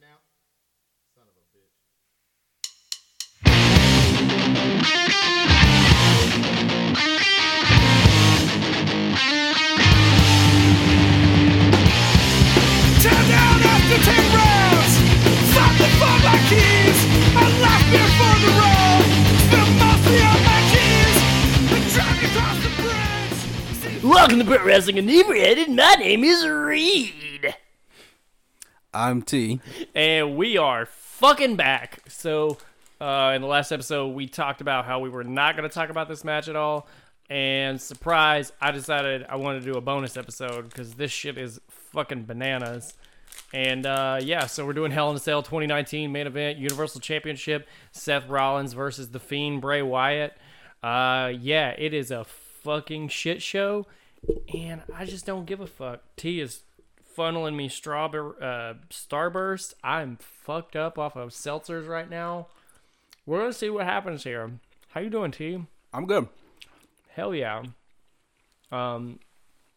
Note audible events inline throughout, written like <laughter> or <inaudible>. now? Son of a bitch. Tear down after ten rounds. Something for my keys. I left beer for the road. Spilled mostly on my keys. I tried to cross the bridge. Welcome to Brit Wrestling Inebriated. My name is Reed. I'm T. And we are fucking back. So, uh, in the last episode, we talked about how we were not going to talk about this match at all. And surprise, I decided I wanted to do a bonus episode because this shit is fucking bananas. And uh, yeah, so we're doing Hell in a Cell 2019 main event, Universal Championship, Seth Rollins versus The Fiend Bray Wyatt. Uh, yeah, it is a fucking shit show, and I just don't give a fuck. T is funneling me strawberry uh, starburst. I'm fucked up off of seltzers right now. We're gonna see what happens here. How you doing, T? I'm good. Hell yeah. Um,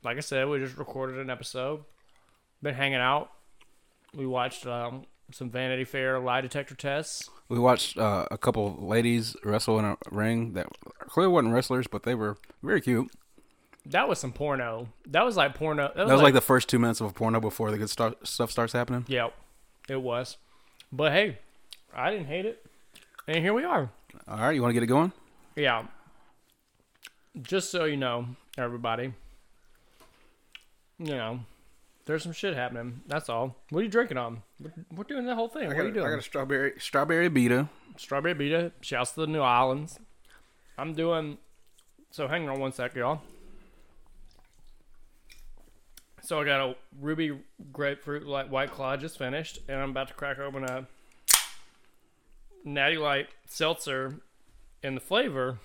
like I said, we just recorded an episode. Been hanging out. We watched um, some Vanity Fair lie detector tests. We watched uh, a couple ladies wrestle in a ring that clearly wasn't wrestlers, but they were very cute. That was some porno. That was Oh, like porno. That was like the first two minutes of a porno before the good start, stuff starts happening. Yeah, it was. But hey, I didn't hate it. And here we are. All right, you want to get it going? Yeah. Just so you know, everybody. You know, there's some shit happening. That's all. What are you drinking on? We're, we're doing the whole thing. what are you doing? I got a strawberry strawberry beta. Strawberry Beta. Shouts to the New Islands. I'm doing. So hang on one sec, y'all. So I got a ruby grapefruit light white claw just finished, and I'm about to crack open a natty light seltzer, and the flavor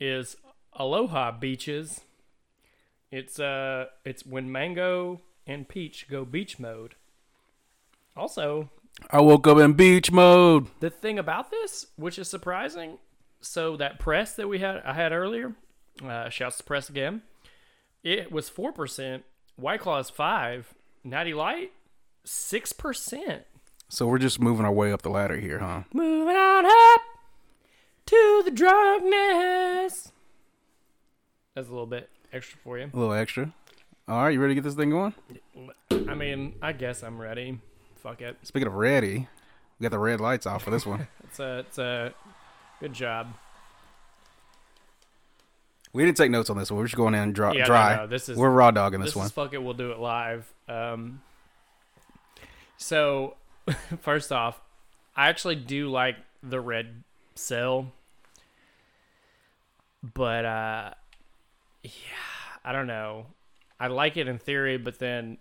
is Aloha Beaches. It's uh, it's when mango and peach go beach mode. Also, I woke up in beach mode. the thing about this, which is surprising, so that press that we had I had earlier, uh, shouts to press again. It was four percent. White Claw is five. Natty Light six percent. So we're just moving our way up the ladder here, huh? Moving on up to the drunkness. That's a little bit extra for you. A little extra. All right, you ready to get this thing going? I mean, I guess I'm ready. Fuck it. Speaking of ready, we got the red lights off for this one. <laughs> It's a it's a good job. we didn't take notes on this one. We're just going in and dry. Yeah, no, dry. no, this is- we're raw dogging this, this one. is fuck it. We'll do it live. Um, so, <laughs> first off, I actually do like the red cell, but uh, yeah, I don't know. I like it in theory, but then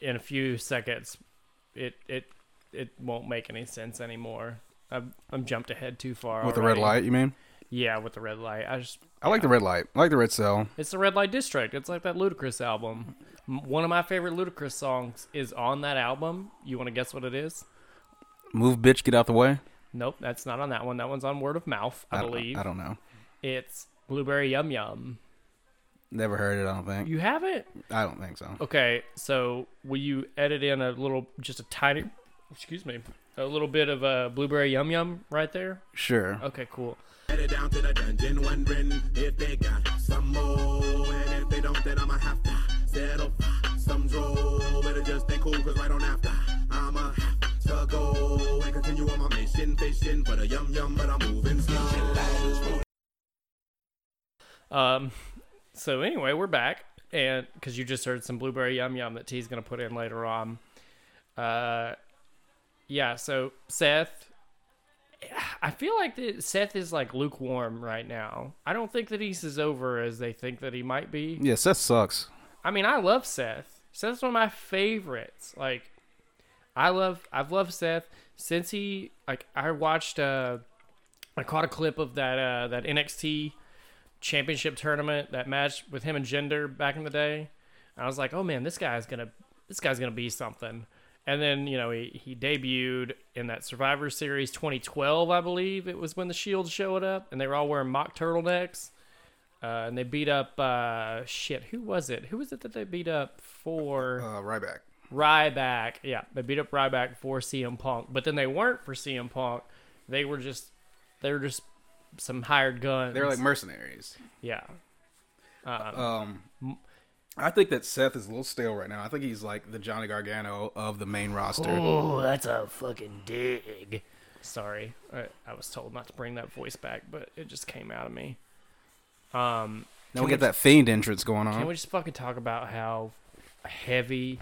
in a few seconds, it it it won't make any sense anymore. I'm I'm jumped ahead too far With the red already. light, you mean? Yeah, with the red light. I just I like the red light. I like the red cell. it's the Red Light District. It's like that Ludacris album. M- One of my favorite Ludacris songs is on that album. You want to guess what it is? Move, bitch, get out the way. Nope, that's not on that one. That one's on Word of Mouth, I, don't- believe. I don't know. It's Blueberry Yum Yum. Never heard it. I don't think. You have it? I don't think so. Okay, so will you edit in a little, just a tiny, excuse me, a little bit of uh, Blueberry Yum Yum right there? Sure. Okay, cool. Headed down to the dungeon wondering if they got some more. And if they don't, then I'ma have to settle for some draw. Better just stay cool, cause right on after, I'ma have to go and continue on my mission, fishing for the yum yum, but I'm moving slow. Um, so anyway, we're back, and because you just heard some blueberry yum yum that T's gonna put in later on. Uh, yeah. So Seth, I feel like that Seth is like lukewarm right now. I don't think that he's as over as they think that he might be. Yeah, Seth sucks. I mean, I love Seth. Seth's one of my favorites. Like, I love, I've loved Seth since he like I watched. Uh, I caught a clip of that uh, that NXT championship tournament that match with him and Gender back in the day. And I was like, oh man, this guy's gonna this guy's gonna be something. And then you know he he debuted in that Survivor Series 2012, I believe it was when the Shield showed up, and they were all wearing mock turtlenecks. Uh, and they beat up uh, shit. Who was it? Who was it that they beat up for? Uh, Ryback. Ryback. Yeah, they beat up Ryback for CM Punk, but then they weren't for CM Punk. They were just they were just some hired guns. They're like mercenaries. yeah, I think that Seth is a little stale right now. I think he's like the Johnny Gargano of the main roster. Oh, that's a fucking dig. Sorry, I, I was told not to bring that voice back, but it just came out of me. Um, now we get that fiend entrance going on. can we just fucking talk about how heavy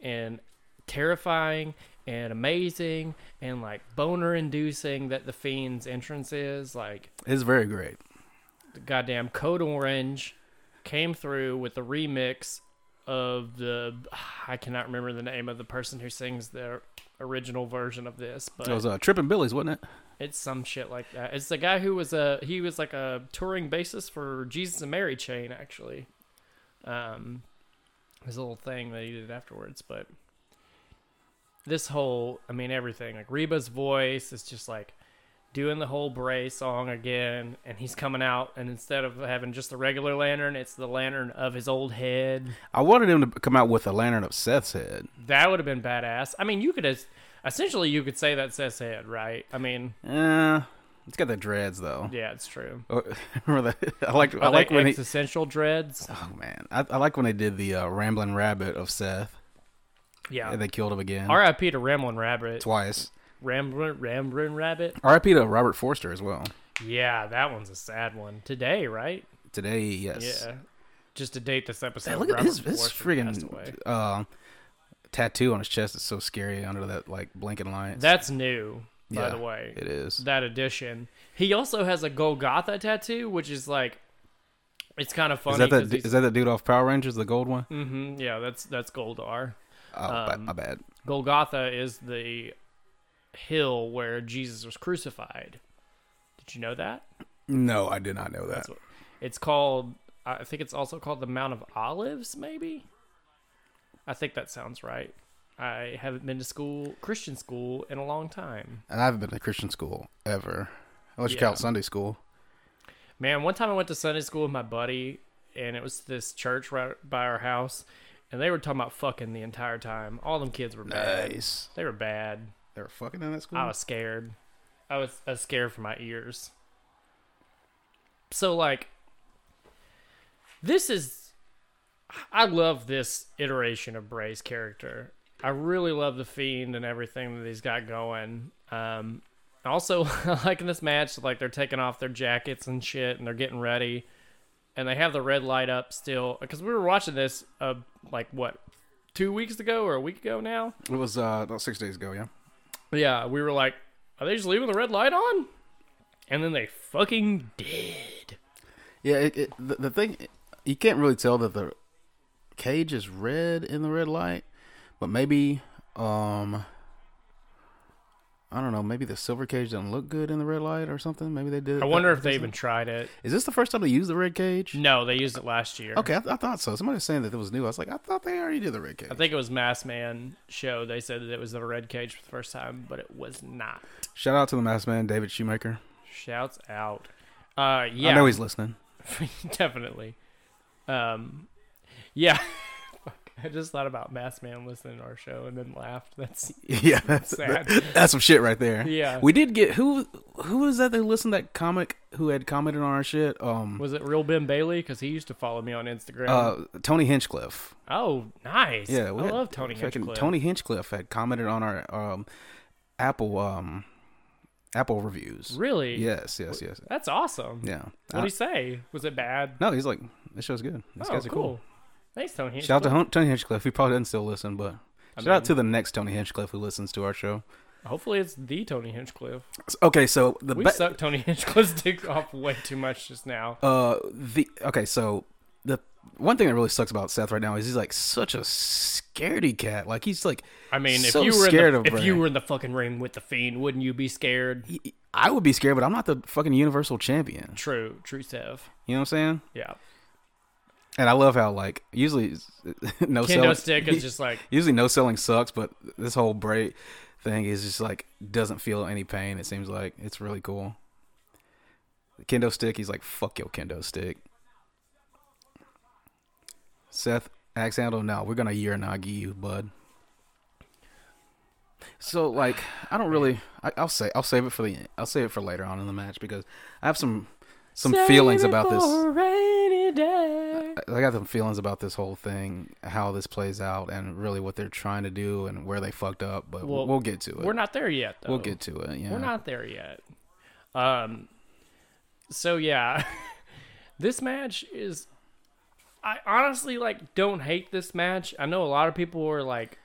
and terrifying and amazing and like boner inducing that the fiend's entrance is? Like, it's very great. the goddamn Code Orange came through with the remix of the <sighs> I cannot remember the name of the person who sings the original version of this, but It was uh, Trippin' Billy's, wasn't it? It's some shit like that. It's the guy who was a he was like a touring bassist for Jesus and Mary Chain actually. Um, his little thing that he did afterwards, but this whole I mean everything like Reba's voice is just like doing the whole Bray song again, and he's coming out, and instead of having just the regular lantern, it's the lantern of his old head. I wanted him to come out with a lantern of Seth's head. That would have been badass. I mean, you could as essentially you could say that's his head, right? I mean, Eh, it's got the dreads though. yeah, it's true. Oh, <laughs> remember that? <laughs> I like I Are they like when he. existential dreads. <sighs> Oh man, I, I like when they did the uh, rambling rabbit of Seth Yeah. and they killed him again R.I.P. to Ramblin' Rabbit. twice. Ramblin' Ramblin' Rabbit. R.I.P. to Robert Forster as well. Yeah, that one's a sad one. Today, right? Today, yes. Yeah. Just to date this episode. Man, look at Robert his, his Forster passed away. friggin' uh, tattoo on his chest. is so scary under that like blanket line. That's new, by Yeah, the way. it is. That edition. He also has a Golgotha tattoo, which is like, it's kind of funny. is that 'cause that he's- is that the dude off Power Rangers, the gold one? Mhm, yeah, that's that's Goldar. Oh, ba- um, my bad. Golgotha is the hill where Jesus was crucified. Did you know that? No, I did not know that. what- It's called. I think it's also called the Mount of Olives. Maybe. I think that sounds right. I haven't been to school, Christian school, in a long time. And I haven't been to Christian school ever, unless you Yeah. count Sunday school. Man, one time I went to Sunday school with my buddy, and it was this church right by our house, and they were talking about fucking the entire time. All them kids were bad. Nice. They were bad. They were fucking in that school. I was scared. I was, I was scared for my ears. So like, this is. I love this iteration of Bray's character. I really love the fiend and everything that he's got going. Um, also, <laughs> like in this match, like they're taking off their jackets and shit, and they're getting ready, and they have the red light up still. Because we were watching this, uh, like what, two weeks ago or a week ago now. it was uh, about six days ago. Yeah. Yeah, we were like, are they just leaving the red light on? And then they fucking did. Yeah. It, it, the, the thing, you can't really tell that the cage is red in the red light, but maybe, um, I don't know. Maybe the silver cage doesn't look good in the red light or something. Maybe they did. I wonder if they even tried it. Is this the first time they used the red cage? No, they used it last year. Okay, I, I thought so. Somebody was saying that it was new. I was like, I thought they already did the red cage. I think it was Mass Man show. They said that it was the red cage for the first time, but it was not. Shout out to the masked man, David Shoemaker. Shouts out. Uh, yeah, I know he's listening. <laughs> <laughs> definitely. Um, yeah. <laughs> Fuck, I just thought about Mass Man listening to our show and then laughed. That's yeah, that's, Sad. that's some shit right there. Yeah. we did get who who was that that listened to that comic who had commented on our shit? Um, was it real Ben Bailey because he used to follow me on Instagram. uh, Tony Hinchcliffe. oh, nice. Yeah, I had- love Tony fucking Hinchcliffe. Tony Hinchcliffe had commented on our um Apple um Apple reviews. Really? Yes, yes, yes. That's awesome. Yeah. Uh, What I- would he say? Was it bad? no, he's like this show's good. These oh, guys are cool. cool. Thanks, Tony. Shout out to Hon- Tony Hinchcliffe. He probably doesn't still listen, but shout out to the next Tony Hinchcliffe who listens to our show. Hopefully, it's the Tony Hinchcliffe. Okay, so the We ba- sucked Tony <laughs> Hinchcliffe's dick off way too much just now. uh the okay, so the one thing that really sucks about Seth right now is he's like such a scaredy cat. Like he's like I mean, if so you were in scared of the, if Bray. you were in the fucking ring with the fiend, wouldn't you be scared? he- I would be scared, but I'm not the fucking universal champion. True, true, Sev. You know what I'm saying? Yeah, And I love how like usually <laughs> no kendo selling, <laughs> stick is just like usually no selling sucks, but this whole break thing is just like doesn't feel any pain. It seems like it's really cool. The kendo stick, he's like fuck your kendo stick. Seth Axe handle? No, we're gonna Uranagi you, bud. So like, I don't really. I, I'll say I'll save it for the I'll save it for later on in the match because I have some some feelings about this. I got some feelings about this whole thing, how this plays out, and really what they're trying to do and where they fucked up. But we'll, we'll get to it. We're not there yet. Though. Uh, We'll get to it. Yeah. We're not there yet. Um. So yeah, <laughs> this match is. I honestly like don't hate this match. I know a lot of people were like,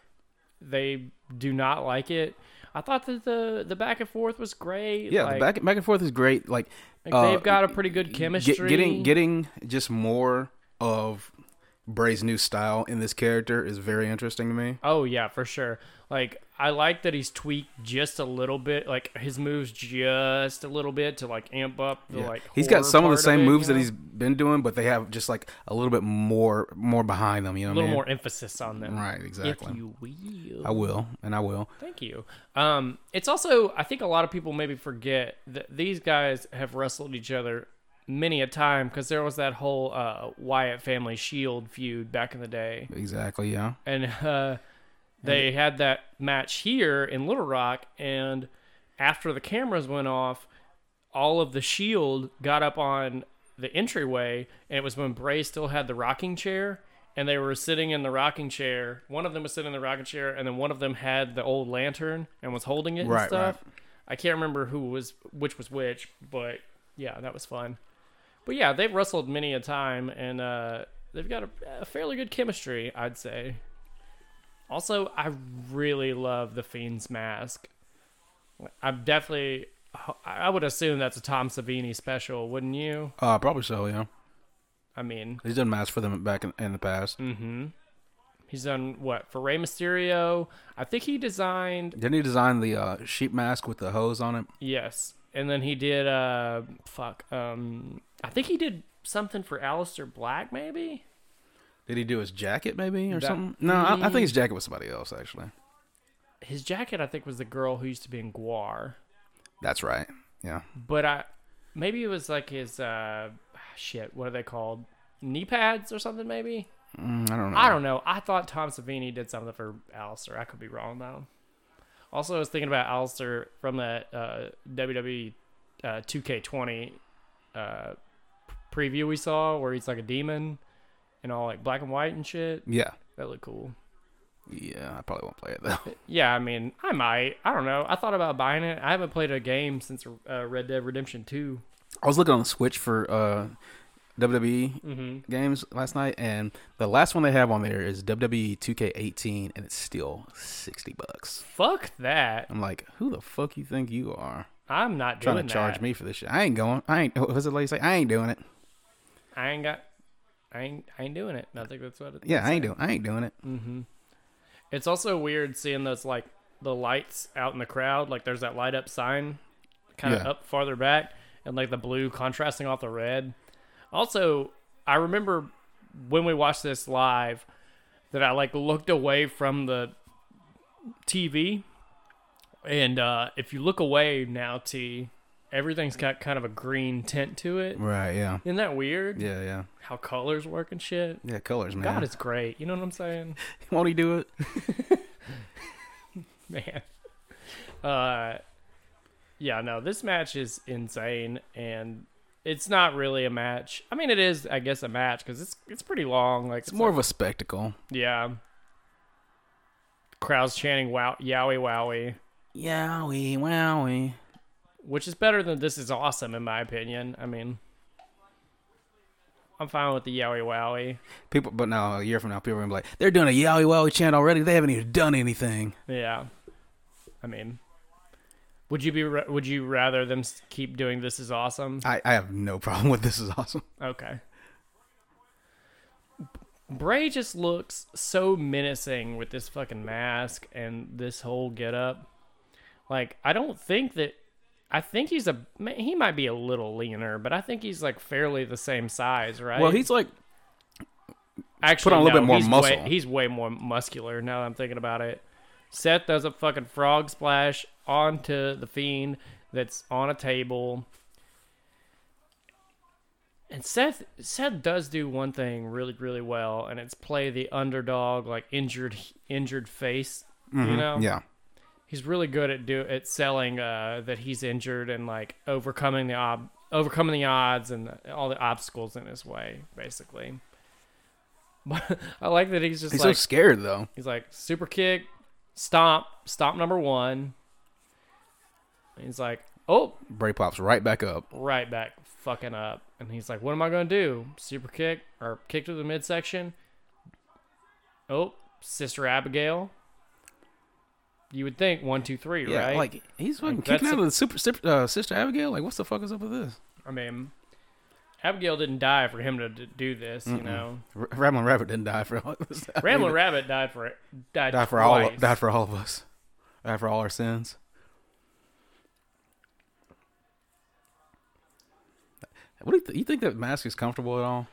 they do not like it. I thought that the the back and forth was great. Yeah, like, the back back and forth is great. Like, like, uh, they've got a pretty good get- chemistry. getting getting just more of Bray's new style in this character is very interesting to me. Oh yeah, for sure. Like I like that he's tweaked just a little bit, like his moves just a little bit to like amp up the Yeah. like. he's got horror some of the part same it, moves you that know? he's been doing, but they have just like a little bit more more behind them. You know, a what I little mean? more emphasis on them. Right, exactly. If you will. I will, and I will. Thank you. Um, it's also I think a lot of people maybe forget that these guys have wrestled each other many a time because there was that whole uh, Wyatt family Shield feud back in the day, Exactly. Yeah. and <laughs> uh, they had that match here in Little Rock, and after the cameras went off, all of the Shield got up on the entryway, and it was when Bray still had the rocking chair, and they were sitting in the rocking chair. One of them was sitting in the rocking chair, and then one of them had the old lantern and was holding it Right, and stuff. I can't remember who was which was which, but yeah, that was fun. But yeah, they've wrestled many a time, and uh, they've got a, a fairly good chemistry, I'd say. Also, I really love the Fiend's mask. I'm definitely. I would assume that's a Tom Savini special, wouldn't you? Uh, probably so. Yeah. I mean, He's done masks for them back in, in the past. Mm. he's done what for Rey Mysterio. I think he designed Didn't he design the uh, sheep mask with the hose on it? yes, and then he did uh fuck um I think he did something for Alistair Black maybe. Did he do his jacket maybe or That- Mm. something? No, I, I think his jacket was somebody else actually. His jacket I think was the girl who used to be in Guar, That's right. Yeah. but I maybe it was like his uh shit what are they called knee pads or something maybe. Mm, I don't know. I don't know. I thought Tom Savini did something for Alistair. I could be wrong though. Also, I was thinking about Alistair from that uh, WWE uh, 2K20 uh, preview we saw, where he's like a demon and all like black and white and shit. Yeah. That looked cool. Yeah, I probably won't play it though. <laughs> Yeah, I mean, I might. I don't know. I thought about buying it. I haven't played a game since uh, Red Dead Redemption 2. I was looking on the Switch for uh, WWE Mm-hmm. games last night, and the last one they have on there is E WWE 2K18, and it's still sixty bucks. Fuck that. I'm like, who the fuck you think you are I'm not trying doing to charge that. me for this shit? I ain't going. I ain't. <laughs> What was it lady say? I ain't doing it. I ain't got. I ain't. I ain't doing it. I think that's what. It, Yeah, I ain't doing. I ain't doing it. It's also weird seeing those like the lights out in the crowd. Like there's that light up sign, kind of Yeah. up farther back, and like the blue contrasting off the red. Also, I remember when we watched this live that I like looked away from the TV, and uh, if you look away now, T, everything's got kind of a green tint to it. Right? Yeah. Isn't that weird? Yeah. Yeah. How colors work and shit. Yeah. Colors, man. God, it's great. You know what I'm saying? Won't he do it? man. <laughs> Uh, yeah, no, this match is insane, and it's not really a match. I mean, it is, I guess, a match because it's it's pretty long. Like It's more of a spectacle. yeah. Crowds chanting "Wow, yowie, wowie," Yowie, wowie. which is better than "This is awesome" in my opinion. I mean, I'm fine with the yowie, wowie. People, but now a year from now, people are gonna be like, they're doing a yowie wowie chant already. They haven't even done anything. Yeah, I mean, would you be ra- would you rather them s- keep doing "This is awesome"? I, I have no problem with this. Is awesome. Okay. Bray just looks so menacing with this fucking mask and this whole getup. Like, I don't think that. I think he's a. ma- He might be a little leaner, but I think he's like fairly the same size, right? <laughs> Well, he's like, actually put on a little no, bit more he's muscle. Way, he's way more muscular now that I'm thinking about it. Seth does a fucking frog splash onto the fiend that's on a table. And Seth Seth does do one thing really really well, and it's play the underdog like injured injured face. You know, Mm-hmm. Yeah. he's really good at do at selling uh, that he's injured and like overcoming the ob- overcoming the odds and all the obstacles in his way, basically. <laughs> But I like that he's just He's so like scared though. he's like super kick, stomp, stomp number one. And he's like, oh, Bray pops right back up. right back fucking up. And he's like, what am I going to do? Super kick or kick to the midsection? Oh, Sister Abigail. You would think one, two, three, Yeah, right? like he's fucking Like, kicking that's out a- of the super, super uh, sister Abigail. Like, what's the fuck is up with this? I mean, Abigail didn't die for him to d- do this, you know. R- Ramblin' Rabbit didn't die for all this. Ramblin' Rabbit died for it. Died, died for all twice. died for all of us. Died for all our sins. What do you, th- you think that mask is comfortable at all?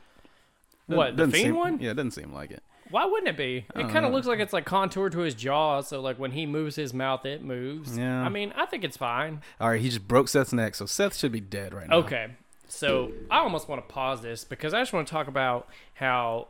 what the Doesn't fiend seem- one? Yeah, it doesn't seem like it. Why wouldn't it be? It kind of looks like it's like contoured to his jaw, so like when he moves his mouth, it moves. Yeah. I mean, I think it's fine. All right, he just broke Seth's neck, so Seth should be dead right now. Okay. So I almost want to pause this because I just want to talk about how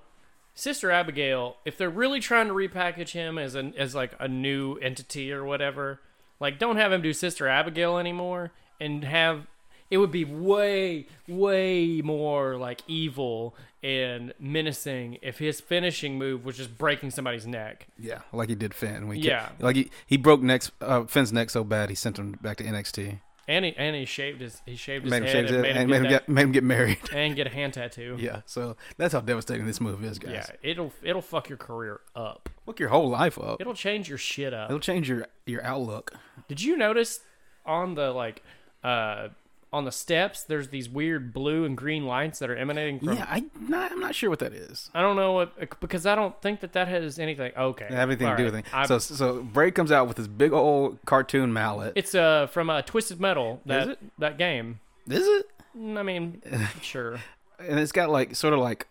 Sister Abigail, if they're really trying to repackage him as an as like a new entity or whatever, like don't have him do Sister Abigail anymore and have it would be way way more like evil and menacing if his finishing move was just breaking somebody's neck. Yeah, like he did Finn. When he Yeah. kicked- like he, he broke neck's uh, Finn's neck so bad he sent him back to NXT. And he, and he shaved his he shaved his Made him head and shave it made and him, made him get get made him get married. <laughs> that- and get a hand tattoo. yeah, so that's how devastating this move is, guys. yeah, it'll it'll fuck your career up. Fuck your whole life up. It'll change your shit up. It'll change your your outlook. Did you notice on the like uh on the steps there's these weird blue and green lights that are emanating from Yeah, I not, I'm not sure what that is. I don't know what because I don't think that that has anything okay. It have anything to do with Alright. anything. I- So so Bray comes out with his big old cartoon mallet. it's uh from uh, Twisted Metal that it? that game. Is it? Mm, I mean, <laughs> sure. And it's got like sort of like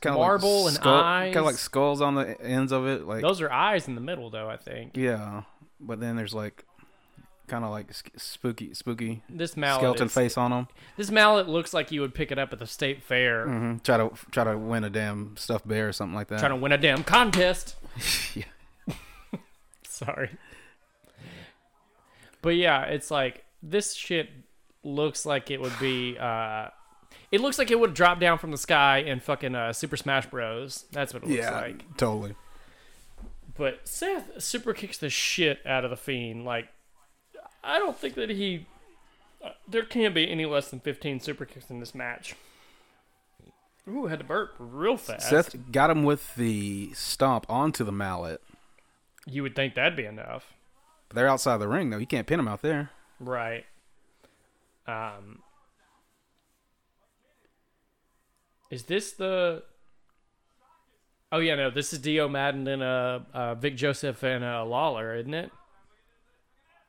kind of Marble and kind of like eyes. skulls on the ends of it. Like Those are eyes in the middle though, I think. yeah, but then there's like kind of like sk- spooky spooky This mallet skeleton is- face on them. This mallet looks like you would pick it up at the state fair hmm Try to try to win a damn stuffed bear or something like that. trying to win a damn contest. <laughs> Yeah. <laughs> Sorry. But yeah, it's like this shit looks like it would be uh it looks like it would drop down from the sky in fucking uh, Super Smash Bros. That's what it looks yeah, like. totally. But Seth super kicks the shit out of the fiend. Like I don't think that he uh, there can't be any less than 15 super kicks in this match. Ooh, had to burp real fast. Seth got him with the stomp onto the mallet. you would think that'd be enough. They're outside the ring though. You can't pin them out there. Right. Um Is this the Oh yeah, no, this is Dio Madden and uh, uh Vic Joseph and uh Lawler, isn't it?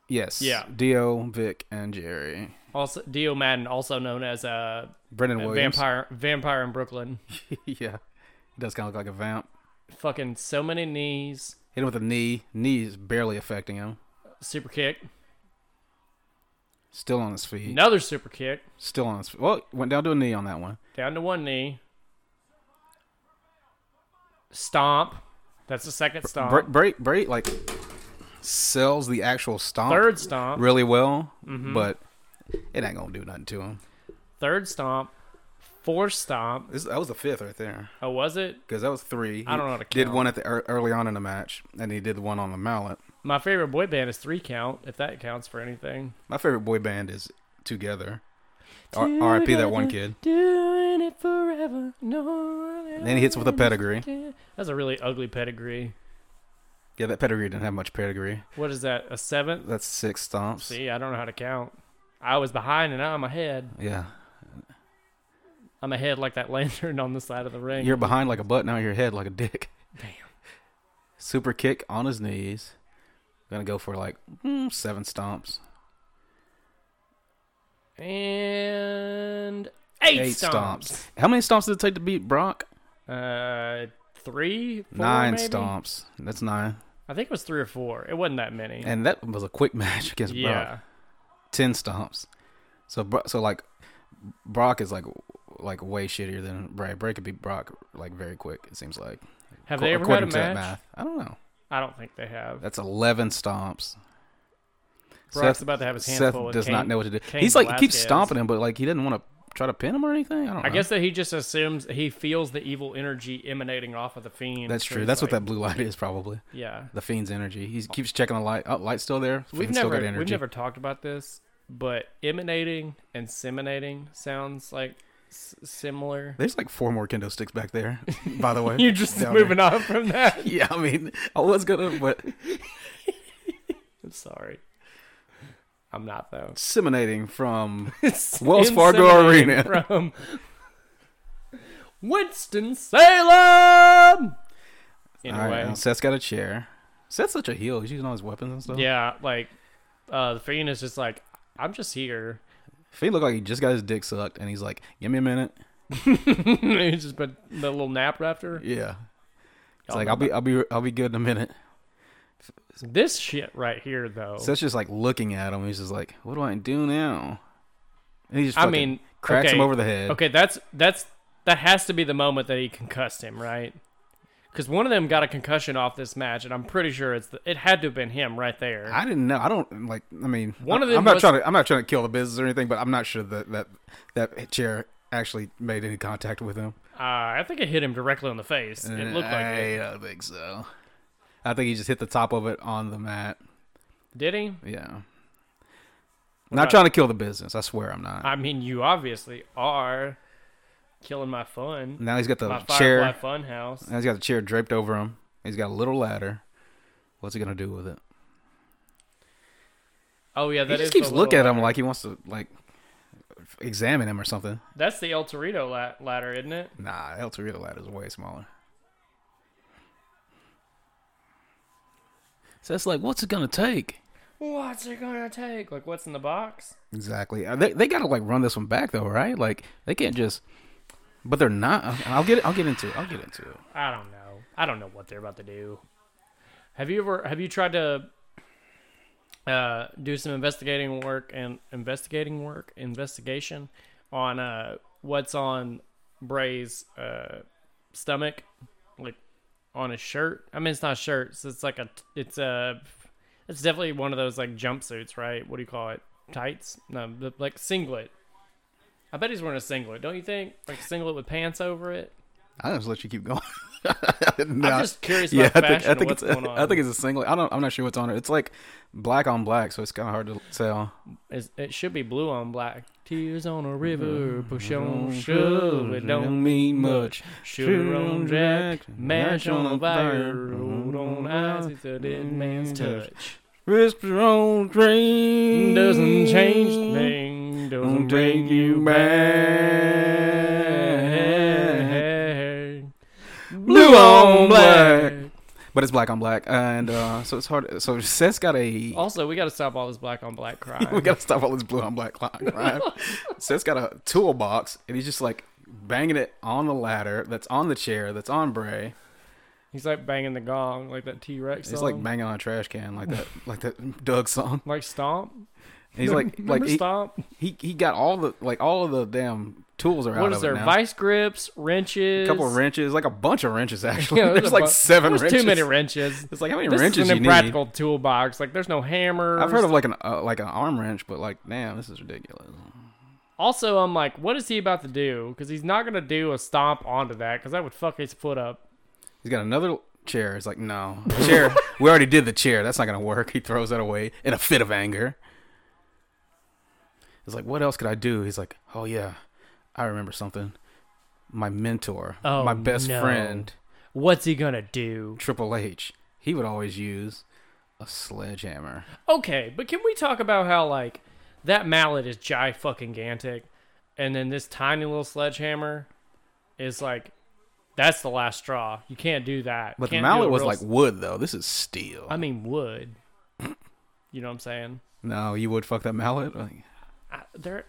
Yes. Yeah. Dio, Vic, and Jerry. Also Dio Madden also known as uh Brendan Williams. vampire vampire in Brooklyn. <laughs> <laughs> yeah. He does kind of look like a vamp. Fucking so many knees, Hit him with a knee. Knee is barely affecting him. super kick, Still on his feet. another super kick, Still on his feet. Well, went down to a knee on that one. down to one knee. Stomp. That's the second stomp. Bray, Bray, Bray, like, sells the actual stomp Third Mm-hmm. stomp. really well, but it ain't going to do nothing to him. Third stomp. Fourth stomp. This, that was the fifth right there. Oh, was it? Because that was three. I don't know how to He Did count. one at the ear- early on in the match, and he did one on the mallet. My favorite boy band is Three Count, if that counts for anything. My favorite boy band is Together. R- RIP that one kid. Doing it forever, no one else. Then he hits with a pedigree. That's a really ugly pedigree. Yeah, that pedigree didn't have much pedigree. What is that? A seventh? That's six stomps. See, I don't know how to count. I was behind and now I'm ahead. Yeah. I'm ahead like that <laughs> lantern on the side of the ring. You're behind like a butt, now your head like a dick. Damn. Super kick on his knees. Gonna go for like mm, seven stomps. and eight, Eight stomps. stomps. How many stomps did it take to beat Brock? Uh, three, four, nine maybe? stomps. That's nine. I think it was three or four. It wasn't that many. And that was a quick <laughs> match against yeah. Brock. Ten stomps. So, Bro- so like, Brock is like like way shittier than Bray. Bray could beat Brock like very quick. It seems like. Have Ac- they ever had a according to that match? math. I don't know. I don't think they have. That's eleven stomps. Brock's about to have his hands Seth full with does Cain- not know what to do. Cain He's like he keeps Velasquez. stomping him, but like he didn't want to try to pin him or anything. I don't. I know. guess that he just assumes he feels the evil energy emanating off of the fiend. that's so true. he's That's what like- that blue light is probably. Yeah, The fiend's energy. He keeps checking the light. Oh, light's still there. we've Fiend's still got never energy. we've never talked about this, but emanating and seminating sounds like s- <laughs> similar. There's like four more kendo sticks back there. By the way, <laughs> You're just Down moving there. on from that. <laughs> <laughs> Yeah, I mean, I was gonna, but I'm sorry, I'm not though. disseminating <laughs> from <laughs> Wells Fargo Inseminating Arena. <laughs> from Winston Salem. All right, Anyway, now Seth's got a chair. Seth's such a heel. He's using all his weapons and stuff. yeah, like uh, the fiend is just like I'm just <laughs> here. Fiend looked like he just got his dick sucked, and he's like, "Give me a minute." He's just been the little nap after. Yeah. It's Y'all like know I'll be, I'll be, I'll be good in a minute. This shit right here, though. Seth's just like looking at him. He's just like, "What do I do now?" And he just, I fucking mean, cracks okay, him over the head. Okay, that's that's that has to be the moment that he concussed him, right? Because one of them got a concussion off this match, and I'm pretty sure it's the, it had to have been him right there. I didn't know. I don't like. I mean, One one of of them I'm not was- trying to. I'm not trying to kill the business or anything, but I'm not sure that that that chair actually made any contact with him. uh, I think it hit him directly on the face. It looked like I it. don't think so. I think he just hit the top of it on the mat. Did he? Yeah. about- Not trying to kill the business. I swear I'm not. I mean, you obviously are killing my fun, now he's got the my Mm, chair. Firefly fun house. Now he's got the chair draped over him. He's got a little ladder. What's he gonna do with it? Oh yeah, that he is just the keeps looking little- at him like he wants to like f- examine him or something. That's the El Torito la- ladder, isn't it? Nah, El Torito ladder is way smaller. So it's like, what's it gonna take? What's it gonna take? Like, what's in the box? Exactly. Uh, They they gotta like run this one back though, right? Like they can't just. But they're not. I- I'll get. I'll get into it. I'll get into it. I don't know. I don't know what they're about to do. Have you ever have you tried to uh, do some investigating work and investigating work investigation on uh, what's on Bray's uh, stomach, like on his shirt? I mean, it's not shirts. It's like a. It's a. It's definitely one of those like jumpsuits, right? What do you call it? Tights? No, the- like singlet. I bet he's wearing a singlet, don't you think? Like a singlet with pants over it. I will just let you keep going. <laughs> I didn't know. I'm just curious yeah, about I fashion think, I think what's it's. going on. I think it's a single. I don't. I'm not sure what's on it. It's like black on black, so it's kind of hard to tell. It's, it should be blue on black. Tears on a river, Mm-hmm. push on shove, it don't mean much. Sugar on jack, match on a fire, rolled on Mm-hmm. ice, it's a dead man's touch. Whisper on dream Doesn't change Mm-hmm. thing, doesn't bring you back. Blue on black. But it's black on black, and uh, so it's hard. So Seth's got a. Also, we gotta stop all this black on black crime. <laughs> we gotta stop all this blue on black <laughs> clock, right? Seth's got a toolbox, and he's just like banging it on the ladder that's on the chair that's on Bray. He's like banging the gong, like that T Rex. It's like banging on a trash can, <laughs> like that, like that Doug song. like stomp. And he's like, like e- Remember he, stomp. he he got all the like all of the damn tools are out What is of there? it now. Vice grips, a wrenches. couple of wrenches, like a bunch of wrenches <laughs> actually. Yeah, <laughs> there's a like bu- seven there's wrenches. Too many wrenches. It's like how many <laughs> This wrenches is you an need? impractical toolbox. Like there's no hammer. I've heard of like an uh, like an arm wrench, but like damn, this is ridiculous. Also, I'm like, what is he about to do? Because he's not gonna do a stomp onto that because that would fuck his foot up. He's got another chair. It's like no chair. <laughs> We already did the chair. That's not gonna work. He throws that away in a fit of anger. It's like what else could I do? He's like, oh yeah, I remember something. My mentor, Oh, my best no. friend, What's he gonna do? Triple H. He would always use a sledgehammer. Okay, but can we talk about how like that mallet is gi fucking gantic, and then this tiny little sledgehammer is like. That's the last straw. You can't do that. But Can't the do mallet a was real like wood though. This is steel. I mean, wood. You know what I'm saying? no, you would fuck that mallet. Like, I, there,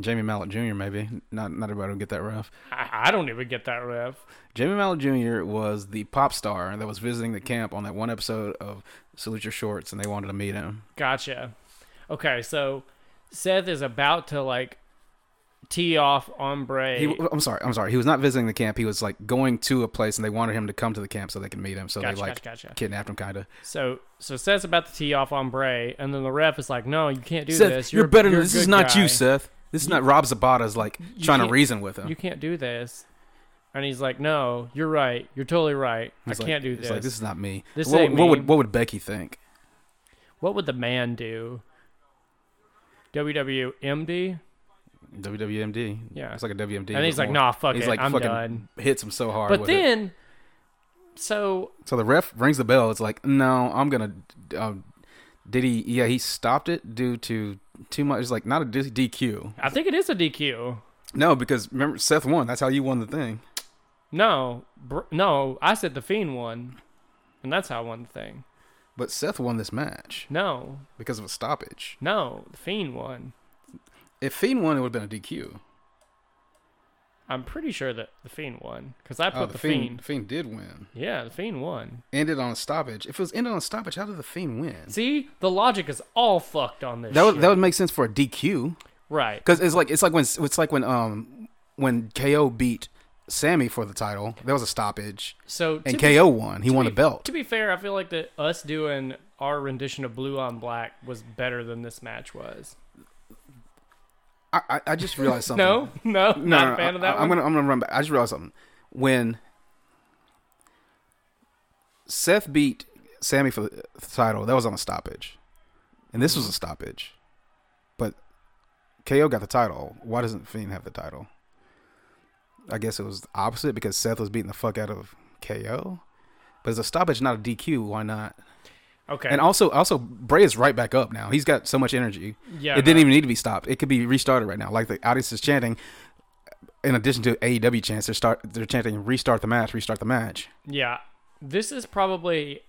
Jamie Mallet Jr. Maybe not. Not everybody would get that rough. I, I don't even get that ref. Jamie Mallett Jr. was the pop star that was visiting the camp on that one episode of Salute Your Shorts, and they wanted to meet him. Gotcha. Okay, so Seth is about to like tee off on Bray. He, I'm sorry. I'm sorry. He was not visiting the camp. He was like going to a place, and they wanted him to come to the camp so they could meet him. So Gotcha, they like gotcha, gotcha. kidnapped him, kind of. so so Seth's about to tee off on Bray, and then the ref is like, "No, you can't do this. Seth, you're, a- better than a this. This is good not guy. you, Seth. This is not Rob Zabata's like you trying to can't- reason with him. You can't do this." And he's like, "No, you're right. You're totally right. He's I like- can't do he's this. Like, this is not me. This what, ain't what me. would what would Becky think? What would the man do?" WWMD. WWMD. Yeah. it's like a WMD. And he's but like, more. "Nah, fuck he's it, like I'm fucking done." hits him so hard. But with it. then, so so the ref rings the bell. It's like, no, I'm gonna. Um, did he? Yeah, he stopped it due to too much. It's like not a D- DQ. I think it is a DQ. No, because remember Seth won. That's how you won the thing. No, br- no, I said the Fiend won, and that's how I won the thing. But Seth won this match No, because of a stoppage. no, the Fiend won. If Fiend won, it would have been a DQ. I'm pretty sure that the Fiend won because I put Oh, the, the Fiend. Fiend. Fiend did win. Yeah, the Fiend won. Ended on a stoppage. If it was ended on a stoppage, how did the Fiend win? See, the logic is all fucked on this. that would shit. that would make sense for a DQ right. because it's like it's like when it's like when um when KO beat Sammy for the title. There was a stoppage, So and to be- KO won. He won to be- the belt. To be fair, I feel like that us doing our rendition of Blue on Black was better than this match was. I, I I <laughs> just realized something. No, no, no, not no, a fan of I, that. I'm one. gonna I'm gonna run back. I just realized something. When Seth beat Sammy for the title, that was on a stoppage, and this was a stoppage. But KO got the title. Why doesn't Fiend have the title? I guess it was the opposite because Seth was beating the fuck out of KO. But it's a stoppage, not a DQ. Why not? Okay, And also, also Bray is right back up now. He's got so much energy. Yeah, it I didn't know. even need to be stopped. It could be restarted right now. Like the audience is chanting. In addition to AEW chants, they're start they're chanting restart the match, restart the match. yeah, this is probably.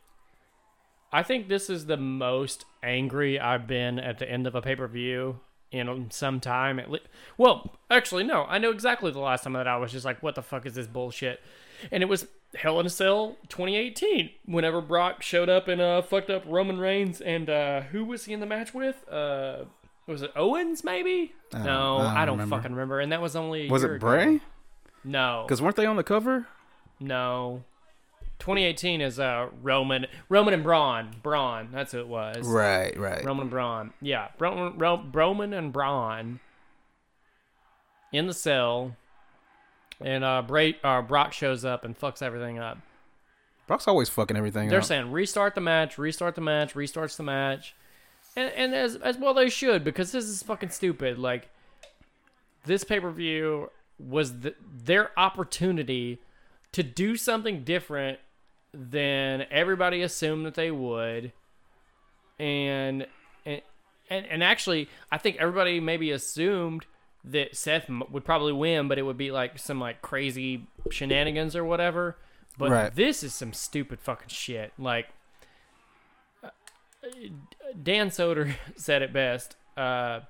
I think this is the most angry I've been at the end of a pay per view in some time. At le- well, actually, no. I know exactly the last time that I was just like, "What the fuck is this bullshit?" And it was Hell in a Cell 2018. Whenever Brock showed up and uh, fucked up Roman Reigns, and uh, who was he in the match with? Uh, was it Owens? Maybe. no, I I don't don't, remember. fucking remember. And that was only a Was year it ago. Bray? No, Because weren't they on the cover? no. 2018 is uh Roman Roman and Braun. Braun, that's who it was. Right, right. Roman and Braun. Yeah, Roman Ro- Roman and Braun in the cell and uh Bray uh, Brock shows up and fucks everything up. Brock's always fucking everything. They're up. saying restart the match, restart the match, restarts the match. And and as as well they should because this is fucking stupid. Like this pay-per-view was the, their opportunity to do something different than everybody assumed that they would. And and and, and actually, I think everybody maybe assumed that Seth m- would probably win, but it would be like some like crazy shenanigans or whatever. But Right. this is some stupid fucking shit. Like uh, Dan Soder <laughs> said it best. Uh,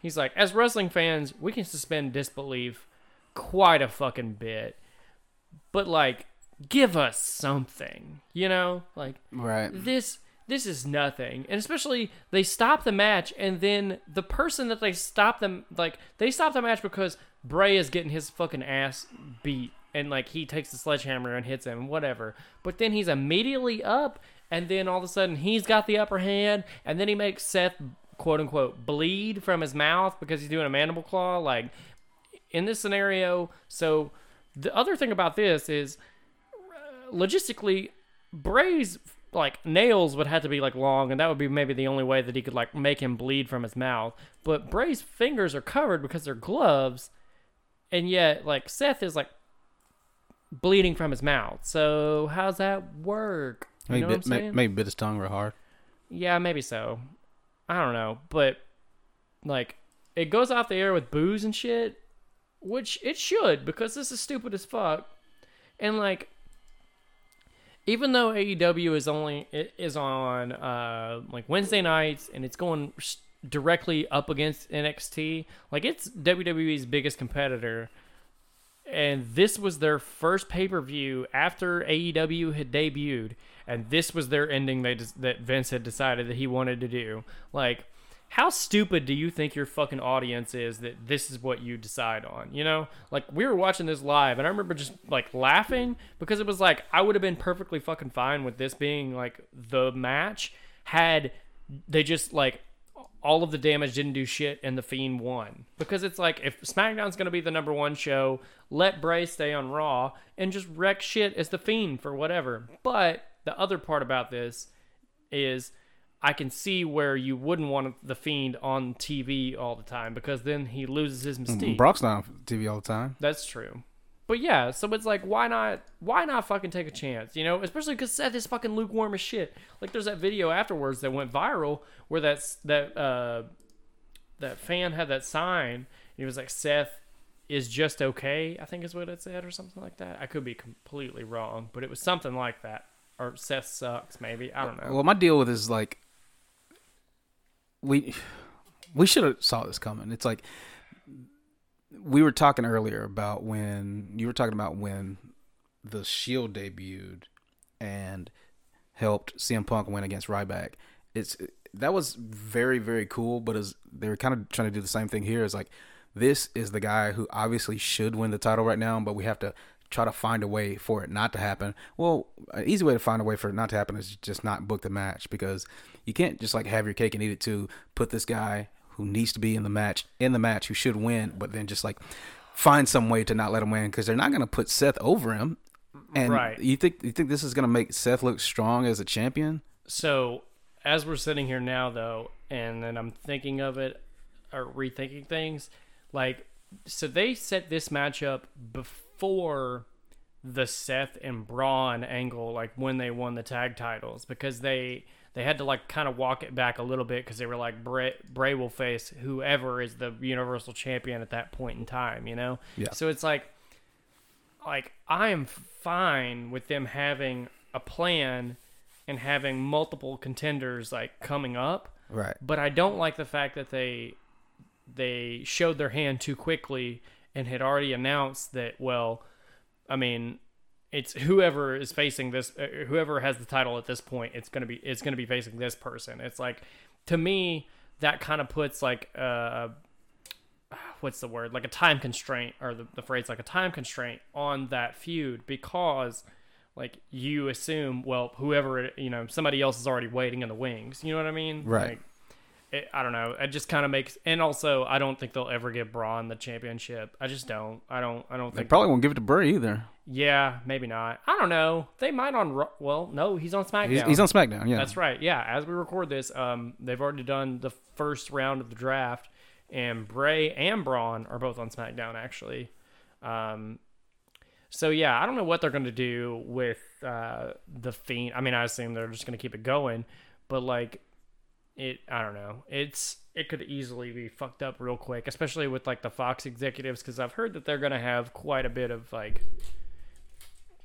he's like, as wrestling fans, we can suspend disbelief quite a fucking bit, but like, give us something, you know? Like, right. this this is nothing and especially they stop the match and then the person that they stop them like they stop the match because bray is getting his fucking ass beat and like he takes the sledgehammer and hits him whatever but then he's immediately up and then all of a sudden he's got the upper hand and then he makes seth quote unquote bleed from his mouth because he's doing a mandible claw like in this scenario so the other thing about this is uh, logistically Bray's like nails would have to be like long, and that would be maybe the only way that he could like make him bleed from his mouth. But Bray's fingers are covered because they're gloves, and yet like Seth is like bleeding from his mouth. So how's that work? You Maybe, know what I'm bit, may- saying? maybe bit his tongue real hard. Yeah, maybe so. I don't know, but like it goes off the air with booze and shit, which it should because this is stupid as fuck. And like even though AEW is only it is on uh like Wednesday nights and it's going s- directly up against NXT, like it's WWE's biggest competitor. And this was their first pay per view after AEW had debuted, and this was their ending. They des- that Vince had decided that he wanted to do. Like, how stupid do you think your fucking audience is that this is what you decide on? You know, like we were watching this live, and I remember just like laughing because it was like I would have been perfectly fucking fine with this being like the match had they just like all of the damage didn't do shit and the fiend won because it's like if smackdown's going to be the number one show let bray stay on raw and just wreck shit as the fiend for whatever but the other part about this is I can see where you wouldn't want the Fiend on TV all the time because then he loses his mystique. Brock's not on TV all the time. That's true. But yeah, so it's like why not why not fucking take a chance, you know? Especially cuz Seth is fucking lukewarm as shit. Like there's that video afterwards that went viral where that's that uh that fan had that sign and he was like Seth is just okay, I think is what it said or something like that. I could be completely wrong, but it was something like that. Or Seth sucks maybe. I don't know. Well, my deal with this is like we we should have saw this coming. It's like we were talking earlier about when you were talking about when the Shield debuted and helped CM Punk win against Ryback. It's that was very very cool, but as they were kind of trying to do the same thing here. It's like this is the guy who obviously should win the title right now, but we have to try to find a way for it not to happen. Well, an easy way to find a way for it not to happen is just not book the match because you can't just like have your cake and eat it too. Put this guy who needs to be in the match in the match who should win, but then just like find some way to not let him win because they're not going to put Seth over him. And Right. you think you think this is going to make Seth look strong as a champion? So, as we're sitting here now, though, and then I'm thinking of it or rethinking things, like, so they set this matchup before the Seth and Braun angle, like when they won the tag titles, because they they had to like kind of walk it back a little bit because they were like Bray, Bray will face whoever is the Universal Champion at that point in time, you know. Yeah. So it's like like I am fine with them having a plan and having multiple contenders like coming up. Right. But I don't like the fact that they they showed their hand too quickly and had already announced that well, I mean, it's whoever is facing this uh, whoever has the title at this point, it's going to be it's going to be facing this person. It's like to me that kind of puts like uh what's the word like a time constraint or the, the phrase like a time constraint on that feud because like you assume well whoever it- you know somebody else is already waiting in the wings you know what i mean Right. Like, it, i don't know it just kind of makes and also i don't think they'll ever give braun the championship i just don't i don't i don't They think probably won't give it to Bray either. yeah maybe not i don't know they might on Raw- well no he's on smackdown He's, he's on SmackDown. Yeah. that's right. Yeah, as we record this, um, they've already done the first round of the draft, and Bray and Braun are both on SmackDown actually. Um, so yeah, I don't know what they're going to do with uh, the Fiend. I mean, I assume they're just going to keep it going, but like it, I don't know. It's it could easily be fucked up real quick, especially with like the Fox executives, because I've heard that they're going to have quite a bit of like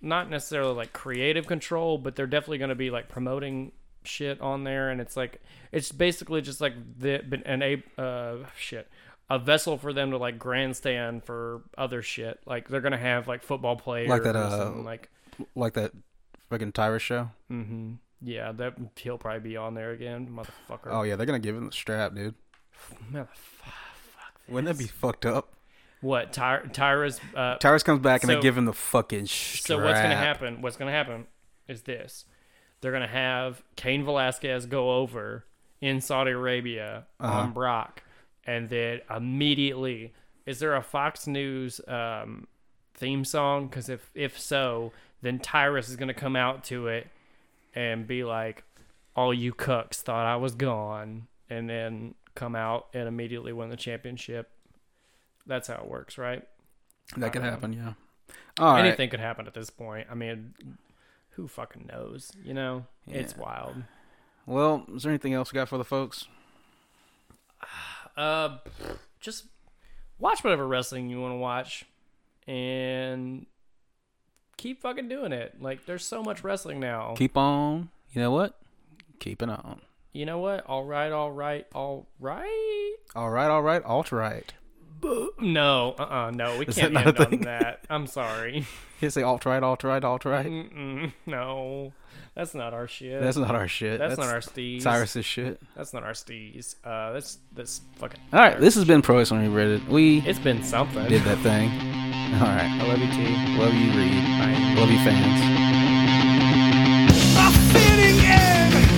not necessarily like creative control, but they're definitely going to be like promoting shit on there, and it's like it's basically just like the been an a uh, shit a vessel for them to like grandstand for other shit. Like they're going to have like football players Like that, or uh, something, like Like that fucking Tyra show. yeah, that he'll probably be on there again, motherfucker. Oh yeah, they're gonna give him the strap, dude. Motherf- Wouldn't that be fucked up? What Ty- Tyra's uh, Tyrus comes back and So- they give him the fucking strap. So what's gonna happen? What's gonna happen is this: they're gonna have Kane Velasquez go over in Saudi Arabia on Brock, and then immediately, is there a Fox News um, theme song? Because if if so, then Tyrus is gonna come out to it and be like, "All you cucks thought I was gone," and then come out and immediately win the championship. That's how it works, right? That could happen, yeah. All right. Uh, anything could happen at this point. I mean, who fucking knows? You know, it's wild. Well, is there anything else we got for the folks? Uh, just watch whatever wrestling you want to watch, and keep fucking doing it. Like, there's so much wrestling now. Keep on. You know what? Keep it on. you know what? All right, all right, all right. All right, all right, alt right. No, uh, uh no, we can't that end not a on thing? <laughs> that. I'm sorry. You say alt right, alt right, alt Mm, right. Mm-mm, no, that's not our shit. That's not our shit. That's not our steez. Cyrus's shit. That's not our steez. Uh, that's that's fucking. All right, this has been Pro Wrestling Reddit. We It's been something. did that thing. All right, I love you, T. love you, Reed. Love you, fans. A fitting end